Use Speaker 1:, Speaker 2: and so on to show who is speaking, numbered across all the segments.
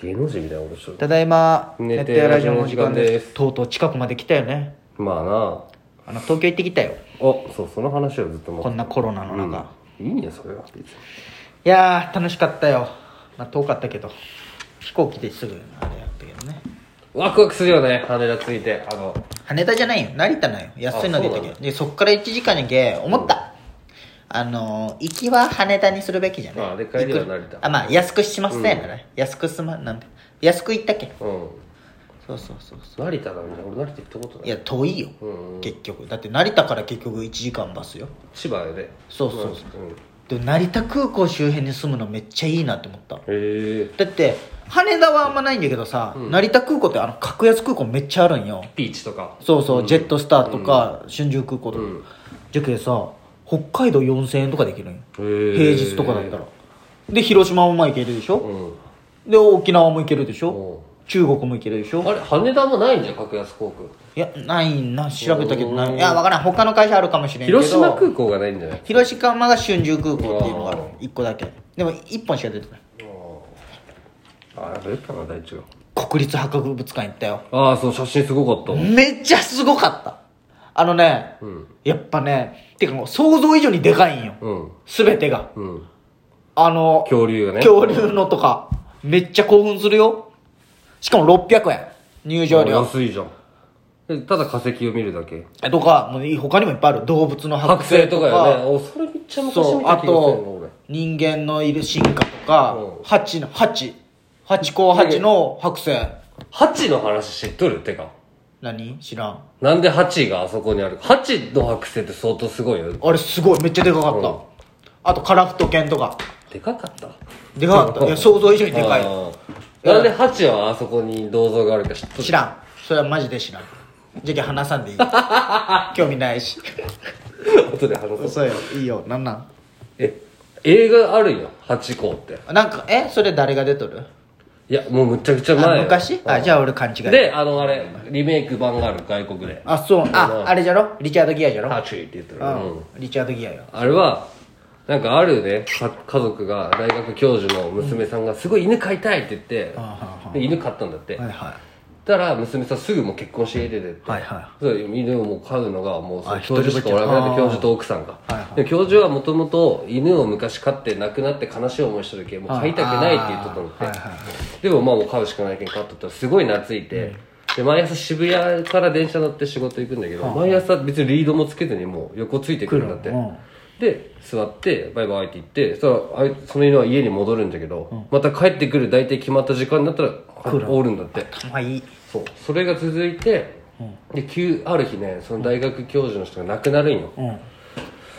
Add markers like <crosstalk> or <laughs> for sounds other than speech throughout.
Speaker 1: 芸能人みたいなことしと
Speaker 2: ただいま
Speaker 1: 寝てラジオの時間です
Speaker 2: とうとう近くまで来たよね
Speaker 1: るまあなあ
Speaker 2: あの東京行ってきたよ
Speaker 1: おそうその話をずっと
Speaker 2: こ
Speaker 1: も
Speaker 2: んなコロナの中、い
Speaker 1: いいねそれは別に
Speaker 2: やー楽しかったよまあ遠かったけど飛行機ですぐあれやったけどね
Speaker 1: ワクワクするよね羽田ついてあの
Speaker 2: 羽田じゃないよ成田なんよ安いの出た
Speaker 1: あそう
Speaker 2: け
Speaker 1: な
Speaker 2: どでそっから1時間にげ思った、あのー行きは羽田にするべきじゃない
Speaker 1: あで帰りは成田
Speaker 2: 行くあまあ安くしますね、ね安くすまなんで安く行ったっけ
Speaker 1: うん
Speaker 2: そうそうそうそ
Speaker 1: 成田なんだ俺成田行ったこと
Speaker 2: う
Speaker 1: ないい
Speaker 2: や遠いよ、
Speaker 1: うんうん
Speaker 2: 結局だって成田から結局1時間バスよ
Speaker 1: 千葉よね
Speaker 2: そうそうそ
Speaker 1: うんへ
Speaker 2: でも成田空港周辺に住むのめっちゃいいなって思った
Speaker 1: え
Speaker 2: だって羽田はあんまないんだけどさ、
Speaker 1: うん
Speaker 2: 成田空港ってあの格安空港めっちゃあるんよ
Speaker 1: ピーチとか
Speaker 2: そうそう、
Speaker 1: ん
Speaker 2: ジェットスターとか、春秋空港とか、
Speaker 1: うん
Speaker 2: じゃけさ北海道4000円とかできるんよ
Speaker 1: へー
Speaker 2: 平日とかだったらで広島もまあ行けるでし
Speaker 1: う
Speaker 2: ょ、
Speaker 1: ん
Speaker 2: で沖縄も行けるでしょ、
Speaker 1: う
Speaker 2: 中国も行けるでしょ
Speaker 1: んあれ羽田もないんじゃん格安航空
Speaker 2: いやないな調べたけどな
Speaker 1: う
Speaker 2: い
Speaker 1: ん
Speaker 2: いやわからん他の会社あるかもしれんけど
Speaker 1: 広島空港がないんじゃない
Speaker 2: 広島が春秋空港っていうのがあ
Speaker 1: う
Speaker 2: る
Speaker 1: ん
Speaker 2: 1個だけでも1本しか出てない
Speaker 1: あれかな大地が
Speaker 2: 国立博物館行ったよ
Speaker 1: ああそう写真すごかった
Speaker 2: めっちゃすごかったあのね、
Speaker 1: うん
Speaker 2: やっぱねてかもう想像以上にでかいんよ
Speaker 1: うん
Speaker 2: 全てが
Speaker 1: うん
Speaker 2: あの
Speaker 1: 恐竜がね
Speaker 2: 恐竜のとかめっちゃ興奮するよしかも600円入場料
Speaker 1: 安いじゃんえただ化石を見るだ
Speaker 2: <laughs>
Speaker 1: け
Speaker 2: とかもう他にもいっぱいある動物の
Speaker 1: 剥
Speaker 2: 剥
Speaker 1: 製
Speaker 2: 製
Speaker 1: と
Speaker 2: と
Speaker 1: か
Speaker 2: か
Speaker 1: よねおそれめっちゃ昔見た
Speaker 2: そ
Speaker 1: 気
Speaker 2: う
Speaker 1: が
Speaker 2: あ
Speaker 1: するの
Speaker 2: と
Speaker 1: 俺
Speaker 2: 人間のいる進化とか
Speaker 1: うん
Speaker 2: 蜂の蜂蜂甲蜂の剥製
Speaker 1: ハチの話知っとるってか
Speaker 2: 何知らん
Speaker 1: なんでハチがあそこにあるハチの剥製って相当すごいよ
Speaker 2: あれすごいめっちゃでかかった、
Speaker 1: うん
Speaker 2: あとカラフト犬とか
Speaker 1: でかかった
Speaker 2: でかかったいや想像以上にでかい
Speaker 1: あーなんでハチはあそこに銅像があるか知っとる
Speaker 2: 知らんそれはマジで知らんじゃけ話さんで <laughs> いい興味ないし
Speaker 1: 後で話そう
Speaker 2: そうよいいよなんなん
Speaker 1: え映画あるよハチ公って
Speaker 2: なんかえそれ誰が出とる
Speaker 1: いやもうむちゃくちゃ
Speaker 2: あ
Speaker 1: 前よ
Speaker 2: 昔あじゃあ俺勘違い
Speaker 1: であのあれリメイク版がある外国で
Speaker 2: あそうああれじゃろリチャードギアじゃろ
Speaker 1: ハチって言ってるうん
Speaker 2: うんリチャードギアよ
Speaker 1: あれはなんかあるねか家族が大学教授の娘さんが「すごい犬飼いたい」って言って
Speaker 2: あはあはあ
Speaker 1: で犬飼ったんだって
Speaker 2: はいは
Speaker 1: たら娘さんすぐもう結婚して出てって、
Speaker 2: はいは
Speaker 1: そう犬をもう飼うのがもうそ
Speaker 2: あ
Speaker 1: う教授しかおらなくなって教授と奥さんが、
Speaker 2: いはい
Speaker 1: で教授はもともと犬を昔飼って亡くなって悲しい思いした時もう飼いたくないって言っとったのって、
Speaker 2: はいはいはい
Speaker 1: でもまあもう飼うしかないけん飼っとったらすごい懐いて、で毎朝渋谷から電車乗って仕事行くんだけど、毎朝別にリードもつけずにもう横ついてくるんだって、
Speaker 2: 来るの
Speaker 1: で座ってバイバイって言ってそしたらあいその犬は家に戻るんだけど、また帰ってくる大体決まった時間になったらおるんだって
Speaker 2: まあいい
Speaker 1: そうそれが続いて、で急ある日ねその大学教授の人が亡くなるんよ、
Speaker 2: うん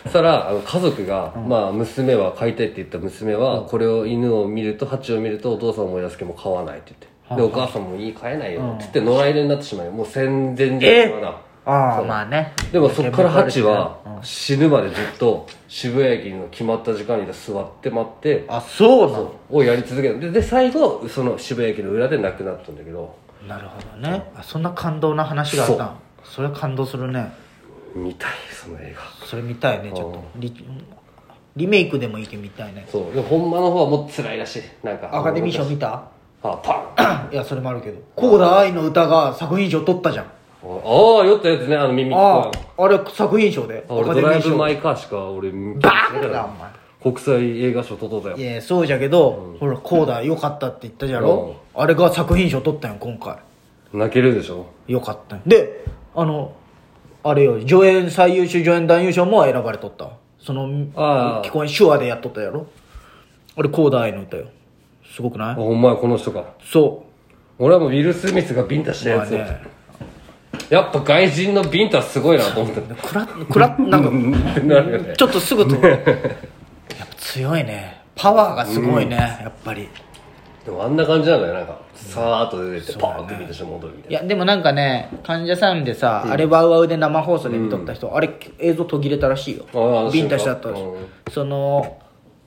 Speaker 1: そしたらあの家族が、まあ娘は飼いたいって言った娘は、これを犬を見ると蜂を見るとお父さんを思い出すけどもう飼わないって言って、でお母さんもいい飼えないよ、つって野良犬になってしまうよもう戦前じゃ
Speaker 2: え
Speaker 1: んまだ
Speaker 2: あ
Speaker 1: そ
Speaker 2: あ
Speaker 1: う
Speaker 2: まあね
Speaker 1: でもそっからハチは死ぬまでずっと渋谷駅の決まった時間に座って待って
Speaker 2: あそうなの
Speaker 1: をやり続けるでで最後その渋谷駅の裏で亡くなったんだけど
Speaker 2: なるほどねあそんな感動な話があったんそれ感動するね
Speaker 1: 見たいその映画
Speaker 2: それ見たいねちょっとリリメイクでもいいけど見たいね
Speaker 1: そうでも本間の方はもっと辛いらしいなんか
Speaker 2: アカデミー賞見た
Speaker 1: あパンあ
Speaker 2: <coughs> いやそれもあるけど「コーダ愛の歌」が作品賞取ったじゃん
Speaker 1: あ酔ったやつねあの耳
Speaker 2: あ
Speaker 1: あ
Speaker 2: ああれ作品賞でアカ
Speaker 1: 俺ド
Speaker 2: デミ
Speaker 1: ライ
Speaker 2: ー
Speaker 1: ブ・
Speaker 2: 賞
Speaker 1: マイ・カーしか俺見
Speaker 2: バ
Speaker 1: て
Speaker 2: カ
Speaker 1: ないか
Speaker 2: だお
Speaker 1: ら
Speaker 2: 前
Speaker 1: 国際映画賞取っとった
Speaker 2: い
Speaker 1: よ
Speaker 2: やそうじゃけど、ほらコーダ良かったって言ったじゃろ、あれが作品賞取ったんよ今回
Speaker 1: 泣けるでしょ
Speaker 2: 良かったんよであのあれよ助演最優秀助演男優賞も選ばれとったわその
Speaker 1: ああ
Speaker 2: 聞こえん手話でやっとったやろあれコーダ愛の歌よすごくな
Speaker 1: あ
Speaker 2: い
Speaker 1: ほんまやこの人か
Speaker 2: そ
Speaker 1: 俺はもうウィル・スミスがビンタした
Speaker 2: う
Speaker 1: や
Speaker 2: まあ
Speaker 1: つを
Speaker 2: ね
Speaker 1: やっぱ外人のビンタすごいなと思った
Speaker 2: くらくらなんか
Speaker 1: ってなるよね
Speaker 2: ちょっとすぐとやっぱ強いねパワーがすごいね、やっぱり
Speaker 1: でもあんな感じなんだよなんかさーっと出てってパーンって見てして戻るみたい
Speaker 2: いやでもなんかね患者さんでさ、あれワウワウで生放送で見とった人、あれ映像途切れたらしい
Speaker 1: ああ
Speaker 2: よビンタしちゃったらしい
Speaker 1: うん
Speaker 2: その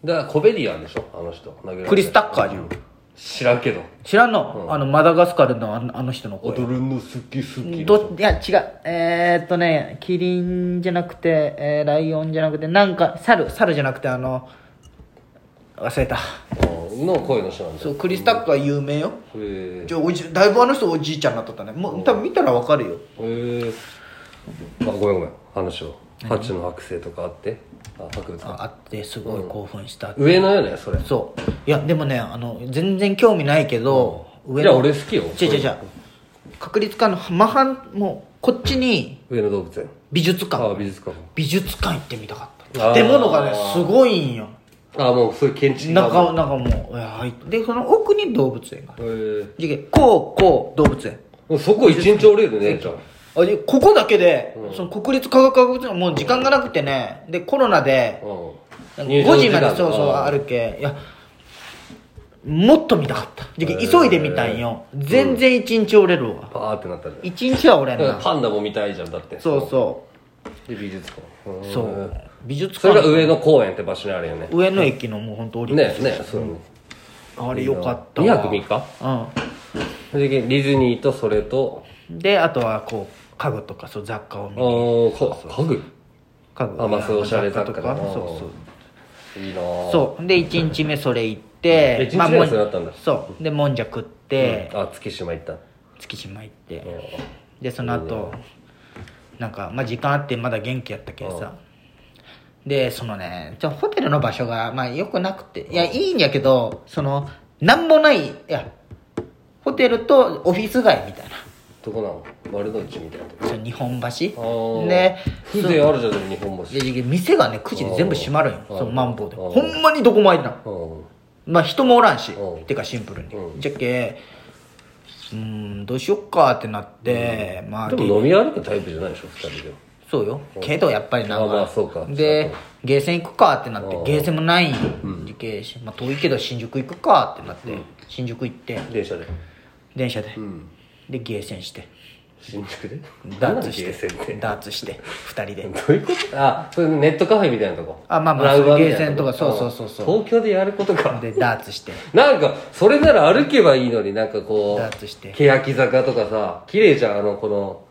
Speaker 1: なだからコメディアンでしょあの人投げられて
Speaker 2: クリス・タッカーじゃん
Speaker 1: 知らんけど
Speaker 2: 知らんの、あのマダガスカルのあのあの人の声
Speaker 1: 踊るの好き好き
Speaker 2: どいや違うえー、っとねキリンじゃなくて、えーライオンじゃなくてなんか猿猿じゃなくてあの忘れた
Speaker 1: の声の人なんだ
Speaker 2: そうクリス・タックは有名よ
Speaker 1: へえ
Speaker 2: じゃあおじだいぶあの人おじいちゃんになっとったねもう多分見たらわかるよ
Speaker 1: へえあごめんごめん話をハチの剥製とかあってあ博物館
Speaker 2: ああってすごい興奮した、
Speaker 1: 上のよねそれ
Speaker 2: そういやでもねあの全然興味ないけど、上
Speaker 1: じゃあ俺好きよ
Speaker 2: 違う違う違う確率館の真反もうこっちに
Speaker 1: 上野動物園
Speaker 2: 美術館
Speaker 1: あ美術館
Speaker 2: 美術館行ってみたかっ
Speaker 1: あ
Speaker 2: た
Speaker 1: ー
Speaker 2: 建物がねすごいんよ
Speaker 1: あもうそういう建築
Speaker 2: 中なんかもういや入ってでその奥に動物園がある
Speaker 1: へえ
Speaker 2: じゃけこうこう動物園
Speaker 1: もうそこ一日おれるねじゃ
Speaker 2: あでここだけで、その国立科学博物館もう時間がなくてねでコロナで
Speaker 1: あうん
Speaker 2: 5時までそうそう
Speaker 1: あ
Speaker 2: あるけいやもっと見たかったじゃけ急いで見たんよ全然一日折れるわ
Speaker 1: パーってなったじ
Speaker 2: 一日は折れん
Speaker 1: ゃん
Speaker 2: な
Speaker 1: パンダも見たいじゃんだって
Speaker 2: そうそう
Speaker 1: で美術館うん
Speaker 2: うそう美術
Speaker 1: それが
Speaker 2: 館
Speaker 1: 上野公園って場所にあるよね
Speaker 2: 上野駅のもうほんと降りて
Speaker 1: ねねそうね
Speaker 2: あれよかった
Speaker 1: 2
Speaker 2: わ
Speaker 1: 泊3日
Speaker 2: う
Speaker 1: それでディズニーとそれと
Speaker 2: んであとはこう家具とかそう雑貨を見
Speaker 1: あ
Speaker 2: に
Speaker 1: ーか家具
Speaker 2: 家具
Speaker 1: あまあそういうおしゃれ雑貨
Speaker 2: と
Speaker 1: だ
Speaker 2: か
Speaker 1: な
Speaker 2: そうそう
Speaker 1: いいなぁ
Speaker 2: そうで1日目それ行って
Speaker 1: 一日目
Speaker 2: もん
Speaker 1: それだったんだ
Speaker 2: そうでもんじゃ食って、
Speaker 1: あ月島行ったあ
Speaker 2: 月島行って、
Speaker 1: ー
Speaker 2: でその後なんか、まあ、時間あってまだ元気やったけどさでそのねちょホテルの場所がまあよくなくていやいいんやけどそのなんもないいやホテルとオフィス街みたいな
Speaker 1: どこなの丸の内みたいなとこ
Speaker 2: そう日本
Speaker 1: あ
Speaker 2: 橋
Speaker 1: ー
Speaker 2: で
Speaker 1: 風情あるじゃんでも日本橋
Speaker 2: いやいや店がね9時で全部閉まるんよ
Speaker 1: あー
Speaker 2: そのマンボウで
Speaker 1: あ
Speaker 2: ほ
Speaker 1: ー
Speaker 2: んまにどこも空いてない
Speaker 1: うん
Speaker 2: まあ人もおらんし
Speaker 1: うん
Speaker 2: てかシンプルに
Speaker 1: う
Speaker 2: じゃけうーんどうしよっかってなってまあ
Speaker 1: でも飲み歩くタイプじゃないでしょ二人で
Speaker 2: そうよけどやっぱりなん
Speaker 1: あま
Speaker 2: か
Speaker 1: あそうか
Speaker 2: でゲーセン行くかってなって
Speaker 1: ああ
Speaker 2: ゲーセンもないんよ、時系しまあ、遠いけど新宿行くかってなって、新宿行って
Speaker 1: 電車で
Speaker 2: 電車で、
Speaker 1: うん
Speaker 2: でゲーセンして
Speaker 1: 新宿で
Speaker 2: ダーツし
Speaker 1: ゲーセンってて
Speaker 2: ダーツして2人で
Speaker 1: どういうことあそれネットカフェみたいなとこ
Speaker 2: あまあまあ
Speaker 1: ラウバみたい
Speaker 2: ゲーセンとか
Speaker 1: な
Speaker 2: そうそうそうそう
Speaker 1: 東京でやることか
Speaker 2: でダーツして
Speaker 1: なんかそれなら歩けばいいのになんかこ
Speaker 2: ダーツして
Speaker 1: う欅坂とかさ綺麗じゃんあのこの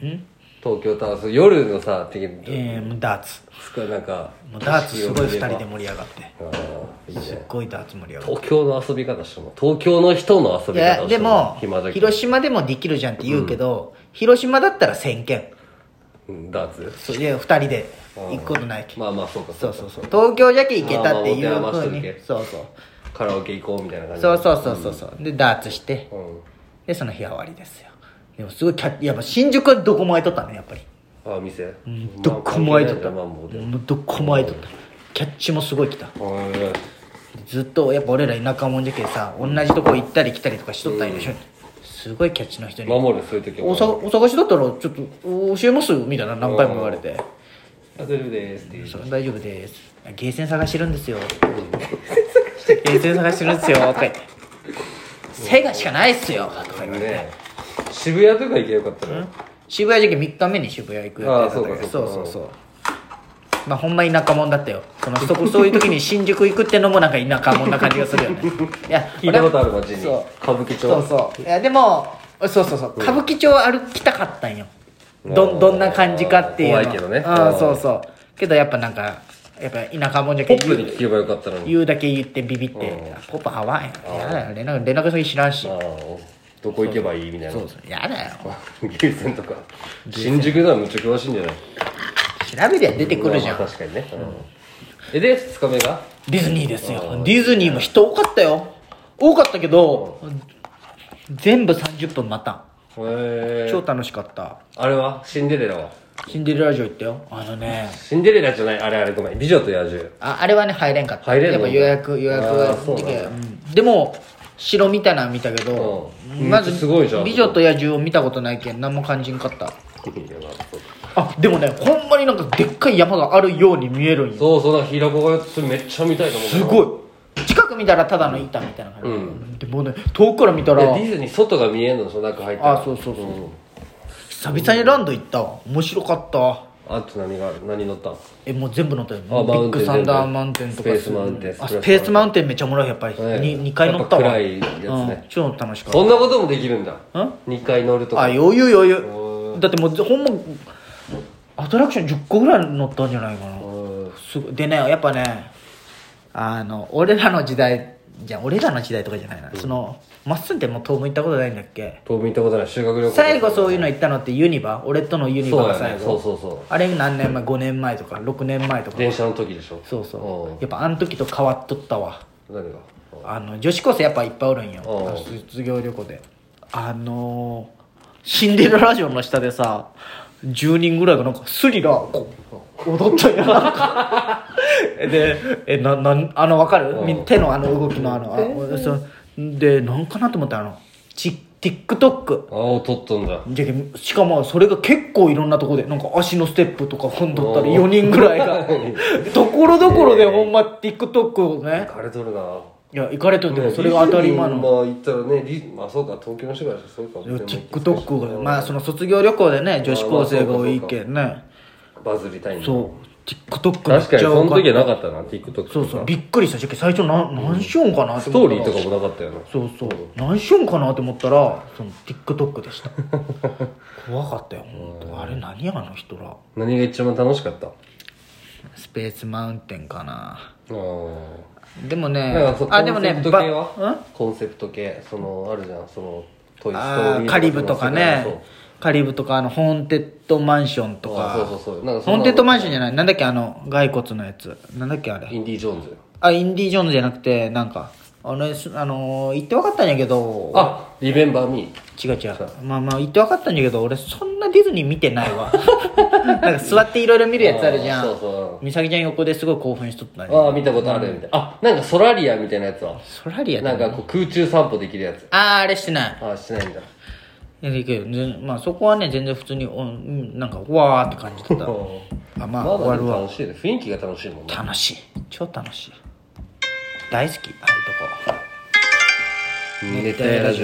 Speaker 1: 東京タワーそう夜のさ的に
Speaker 2: えー、もうダーツ
Speaker 1: つかなんか
Speaker 2: もうダーツすごい2人で盛り上がって
Speaker 1: ああいい
Speaker 2: すっ
Speaker 1: ね
Speaker 2: ごいダーツ盛り上がって
Speaker 1: 東京の遊び方しても東京の人の遊
Speaker 2: い
Speaker 1: び方
Speaker 2: や
Speaker 1: をして
Speaker 2: でも
Speaker 1: 暇だけど
Speaker 2: 広島でもできるじゃんって言うけど、広島だったら1000件
Speaker 1: うんダーツ
Speaker 2: そういや2人で行くことないけ
Speaker 1: まあまあそうか
Speaker 2: そう
Speaker 1: か
Speaker 2: そうそう東京じゃけ行けたっていう
Speaker 1: あまあ
Speaker 2: ふ
Speaker 1: 持て余し
Speaker 2: うに
Speaker 1: とるけ
Speaker 2: そうそう
Speaker 1: カラオケ行こうみたいな感じ
Speaker 2: そうそうそうそうそうでダーツして
Speaker 1: うん
Speaker 2: でその日は終わりですよでもすごいキャッやっぱ新宿はどこも空いとったねやっぱり
Speaker 1: あ店
Speaker 2: どこも空いとった
Speaker 1: まあ
Speaker 2: も
Speaker 1: もうで
Speaker 2: うどこも空いとったキャッチもすごい来た
Speaker 1: はい
Speaker 2: ずっとやっぱ俺ら田舎もんじゃけさ同じとこ行ったり来たりとかしとったんでしょすごいキャッチの人に
Speaker 1: 守るそういう時
Speaker 2: おさお探しだったらちょっと教えますみたいな何回も言われて
Speaker 1: 大丈夫ですっていう
Speaker 2: そう大丈夫ですゲーセン探してるんですよゲーセン探してるんですよとか言ってセガしかないっすよとか言われて、
Speaker 1: ね渋谷とか行けばよかったら
Speaker 2: 渋谷時期3日目に渋谷行く予定だったけ
Speaker 1: あ
Speaker 2: ど
Speaker 1: あ
Speaker 2: そ
Speaker 1: そううか
Speaker 2: そ
Speaker 1: そううか
Speaker 2: そうまあほんま田舎者だったよそのそこそういう時に新宿行くってのもなんか田舎者な感じがするよ
Speaker 1: <laughs>
Speaker 2: ねいや
Speaker 1: 聞いたことある街に
Speaker 2: そう
Speaker 1: 歌舞伎町
Speaker 2: そうそういやでもそうそうそう歌舞伎町歩きたかったんよどんどんな感じかっていうの
Speaker 1: 怖いけどね
Speaker 2: うんそうそうけどやっぱなんかやっぱ田舎者じゃ
Speaker 1: ポ
Speaker 2: け
Speaker 1: ップに聞けばよかったのに
Speaker 2: 言うだけ言ってビビって「ポップ合わんややだよ連絡連絡先知らんし
Speaker 1: あ」あどこ行けばいいみたいな
Speaker 2: そうそう「やだよ
Speaker 1: <laughs> ゲーセンとか新宿ではむっちゃ詳しいんじゃない
Speaker 2: 調べりゃ出てくるじゃん
Speaker 1: まあ」確かにねうんえで2日目が
Speaker 2: ディズニーですよディズニーも人多かったよ多かったけど全部30分待た
Speaker 1: へ
Speaker 2: ん
Speaker 1: え
Speaker 2: 超楽しかった
Speaker 1: あれはシンデレラは
Speaker 2: シンデレラ城行ったよあのね
Speaker 1: シンデレラじゃないあれあれごめん美女と
Speaker 2: <laughs>
Speaker 1: 野獣
Speaker 2: ああれはね入れんかった
Speaker 1: 入れん
Speaker 2: や
Speaker 1: の
Speaker 2: っぱ予約予約
Speaker 1: あー
Speaker 2: が
Speaker 1: そうなんだ
Speaker 2: うんでも城みたいなの見たけど
Speaker 1: うん
Speaker 2: ま
Speaker 1: うん
Speaker 2: ず
Speaker 1: すごいじゃん
Speaker 2: 美女と野獣」を見たことないけん何も感じんかった
Speaker 1: いやまあそう
Speaker 2: あでもねほんまになんかでっかい山があるように見えるんよ
Speaker 1: そうそうなんか平子がやってそれめっちゃ見たいと思う
Speaker 2: すごい近く見たらただの板みたいな感じ、
Speaker 1: うん
Speaker 2: でもうね遠くから見たら
Speaker 1: いやディズニー外が見えんのその中入ったら
Speaker 2: あそうそうそう
Speaker 1: うん
Speaker 2: 久々にランド行ったわ面白かった
Speaker 1: あと何が何乗ったん
Speaker 2: えもう全部乗ったよビ
Speaker 1: マウ
Speaker 2: ッ
Speaker 1: ンテン
Speaker 2: グサンダーマウンテンと
Speaker 1: ス
Speaker 2: か
Speaker 1: ペースマウンテン
Speaker 2: あ
Speaker 1: スプラッシュマウンテ
Speaker 2: ス
Speaker 1: ン
Speaker 2: ペースマウンテンめっちゃおもろいやっぱり、
Speaker 1: ね
Speaker 2: に二回乗ったわ
Speaker 1: やっぱ暗いやつね
Speaker 2: うん、超楽しかった
Speaker 1: そんなこともできるんだ
Speaker 2: ん
Speaker 1: 2回乗るとか
Speaker 2: あ余裕余
Speaker 1: う
Speaker 2: 裕だってもうほんまアトラクション10個ぐらい乗ったんじゃないかな
Speaker 1: うん
Speaker 2: すごいでねやっぱねあの俺らの時代じゃ俺らの時代とかじゃないな、そのまっすんってもう東武行ったことないんだっけ
Speaker 1: 遠見行ったことない修学旅行
Speaker 2: 最後そういうの
Speaker 1: 行っ
Speaker 2: 行ったのってユニバ俺とのユニバが
Speaker 1: そうだ
Speaker 2: 最
Speaker 1: よ
Speaker 2: 後
Speaker 1: ねそうそうそう
Speaker 2: あれ何年前5年前とか6年前とか
Speaker 1: 電車の時でしょ
Speaker 2: そう
Speaker 1: お
Speaker 2: そううやっぱあの時と変わっとったわ
Speaker 1: 何が
Speaker 2: あの女子高生やっぱいっぱいおるんよ
Speaker 1: おう
Speaker 2: 卒業旅行であのーシンデレラ城の下でさ10人ぐらいがなんかスリがこう踊ったんやな
Speaker 1: <laughs>
Speaker 2: んかでえななんあの分かる
Speaker 1: おう
Speaker 2: み手のあの動きのあのあそうでなんかなと思ったらあのち TikTok
Speaker 1: ああを取っとんだ
Speaker 2: じゃけしかもそれが結構いろんなとこでなんか足のステップとか踏んどったり
Speaker 1: おう
Speaker 2: 4人ぐらい
Speaker 1: <laughs>
Speaker 2: がところどころでほんま TikTok をね
Speaker 1: 枯れとるない
Speaker 2: や行かれといてもそれが当たり前の、
Speaker 1: まあ言ったらねリまあそうか東京の人からしたらそうかも
Speaker 2: いや
Speaker 1: でも
Speaker 2: TikTok がまあその卒業旅行でね女子高生が多いけんね
Speaker 1: バズりたいんだ
Speaker 2: そう TikTok めっ
Speaker 1: 確かに
Speaker 2: ちゃ
Speaker 1: その
Speaker 2: 多
Speaker 1: 時
Speaker 2: っ
Speaker 1: はなかったな TikTok とか
Speaker 2: たそうそうびっくりしたし最初な何しようんかなって
Speaker 1: スト
Speaker 2: 思
Speaker 1: ー
Speaker 2: った
Speaker 1: リ
Speaker 2: ら
Speaker 1: ーとかもなかったよな
Speaker 2: そうそう何しようんかなって思ったらその TikTok でした
Speaker 1: <laughs>
Speaker 2: 怖かったよ本当あれ何やあの人ら
Speaker 1: 何が一番楽しかったあ
Speaker 2: スペースマウンテンかな
Speaker 1: あ
Speaker 2: でもね
Speaker 1: なんかそ
Speaker 2: あでもね
Speaker 1: コンセプト系
Speaker 2: ばん
Speaker 1: はコンセプト系そのあるじゃんそのトイ・ストー
Speaker 2: あー
Speaker 1: リー
Speaker 2: カリブとか
Speaker 1: そう
Speaker 2: ねカリブとかあのホーンテッドマンションと
Speaker 1: あ
Speaker 2: か
Speaker 1: そうそうそうなんかそん
Speaker 2: ホ
Speaker 1: な
Speaker 2: ーンテッドマンションじゃないなんだっけあの骸骨のやつなんだっけあ
Speaker 1: イ
Speaker 2: れ
Speaker 1: ンディ・ジョーンズ
Speaker 2: あインディ・ジョーンズじゃなくてなんかあの、すあのー言って分かったんやけど
Speaker 1: あリベンバー・ミー
Speaker 2: 違う違うまあまあ言って分かったんやけど俺そんなディズニー見てないわ <laughs> なんか座っていろいろ見るやつあるじゃん
Speaker 1: あーそうそう
Speaker 2: 美咲ちゃん横ですごい興奮しとったね
Speaker 1: ああ見たことあるみたいな、あなんかソラリアみたいなやつは
Speaker 2: ソラリア
Speaker 1: なん
Speaker 2: だ
Speaker 1: かこう空中散歩できるやつ
Speaker 2: あああれしてない
Speaker 1: ああしてないんだ
Speaker 2: いやいいけど全まあそこはね全然普通におうんなんかわーって感じだったあまあ
Speaker 1: ま
Speaker 2: 終わ
Speaker 1: だ
Speaker 2: る
Speaker 1: で
Speaker 2: わ
Speaker 1: も楽しいね雰囲気が楽しいもんね
Speaker 2: 楽しい超楽しい大好きああいうとこ
Speaker 1: 熱
Speaker 2: 帯ラジ